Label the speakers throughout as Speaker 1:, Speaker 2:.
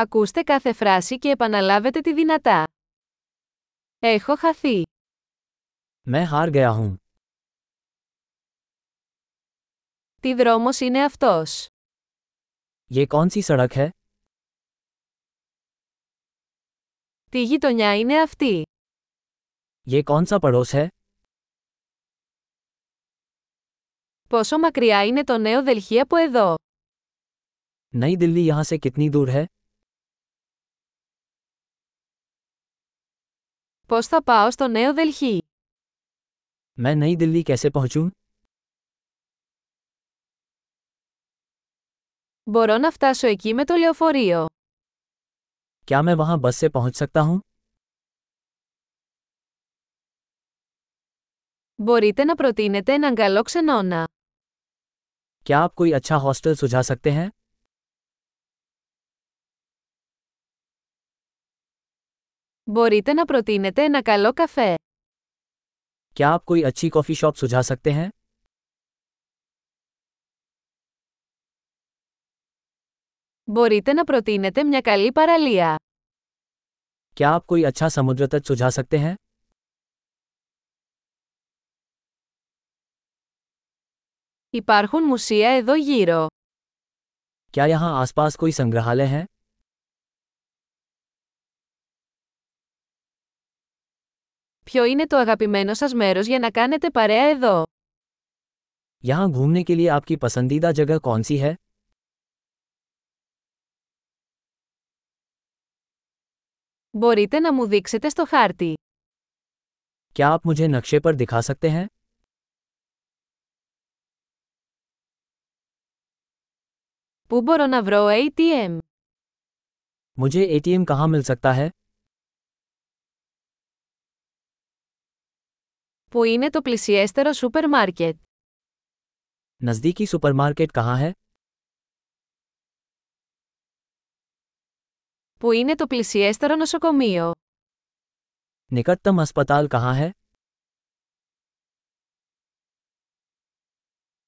Speaker 1: Ακούστε κάθε φράση και επαναλάβετε τη δυνατά. Έχω χαθεί.
Speaker 2: मैं हार गया हूँ
Speaker 1: Τι δρόμος είναι αυτός.
Speaker 2: ये कौन सी सड़क है
Speaker 1: Τι γειτονιά είναι αυτή.
Speaker 2: ये कौन सा पड़ोस है
Speaker 1: Πόσο μακριά είναι το νέο Δελχή από εδώ.
Speaker 2: नई दिल्ली यहाँ से कितनी दूर है
Speaker 1: Πώς θα πάω στο νέο Δελχή.
Speaker 2: मैं नई दिल्ली कैसे पहुँचूँ
Speaker 1: Μπορώ να φτάσω εκεί με το λεωφορείο.
Speaker 2: क्या मैं वहाँ बस से पहुँच सकता हूँ
Speaker 1: Μπορείτε να προτείνετε έναν καλό ξενώνα.
Speaker 2: क्या आप कोई अच्छा हॉस्टल सुझा सकते हैं
Speaker 1: Μπορείτε να προτείνετε ένα καλό καφέ.
Speaker 2: क्या आप कोई अच्छी कॉफ़ी शॉप सुझा सकते हैं
Speaker 1: Μπορείτε να προτείνετε μια καλή παραλία.
Speaker 2: क्या आप कोई अच्छा समुद्र तट सुझा सकते हैं
Speaker 1: Υπάρχουν μουσεία εδώ γύρω.
Speaker 2: क्या यहाँ आसपास कोई संग्रहालय है
Speaker 1: Ποιο είναι το αγαπημένο σας μέρος για να κάνετε παρέα εδώ.
Speaker 2: यहाँ घूमने के लिए आपकी पसंदीदा जगह कौन सी है
Speaker 1: Μπορείτε να μου δείξετε στο χάρτη.
Speaker 2: क्या आप मुझे नक्शे पर दिखा सकते हैं
Speaker 1: Πού μπορώ να βρω ATM?
Speaker 2: मुझे एटीएम कहाँ मिल सकता है
Speaker 1: Πού είναι το πλησιέστερο σούπερ μάρκετ?
Speaker 2: नज़दीकी सुपरमार्केट कहाँ है
Speaker 1: Πού είναι το πλησιέστερο νοσοκομείο?
Speaker 2: निकटतम अस्पताल कहाँ है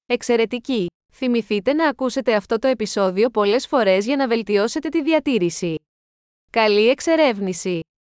Speaker 1: Εξαιρετική! Θυμηθείτε να ακούσετε αυτό το επεισόδιο πολλές φορές για να βελτιώσετε τη διατήρηση. Καλή εξερεύνηση!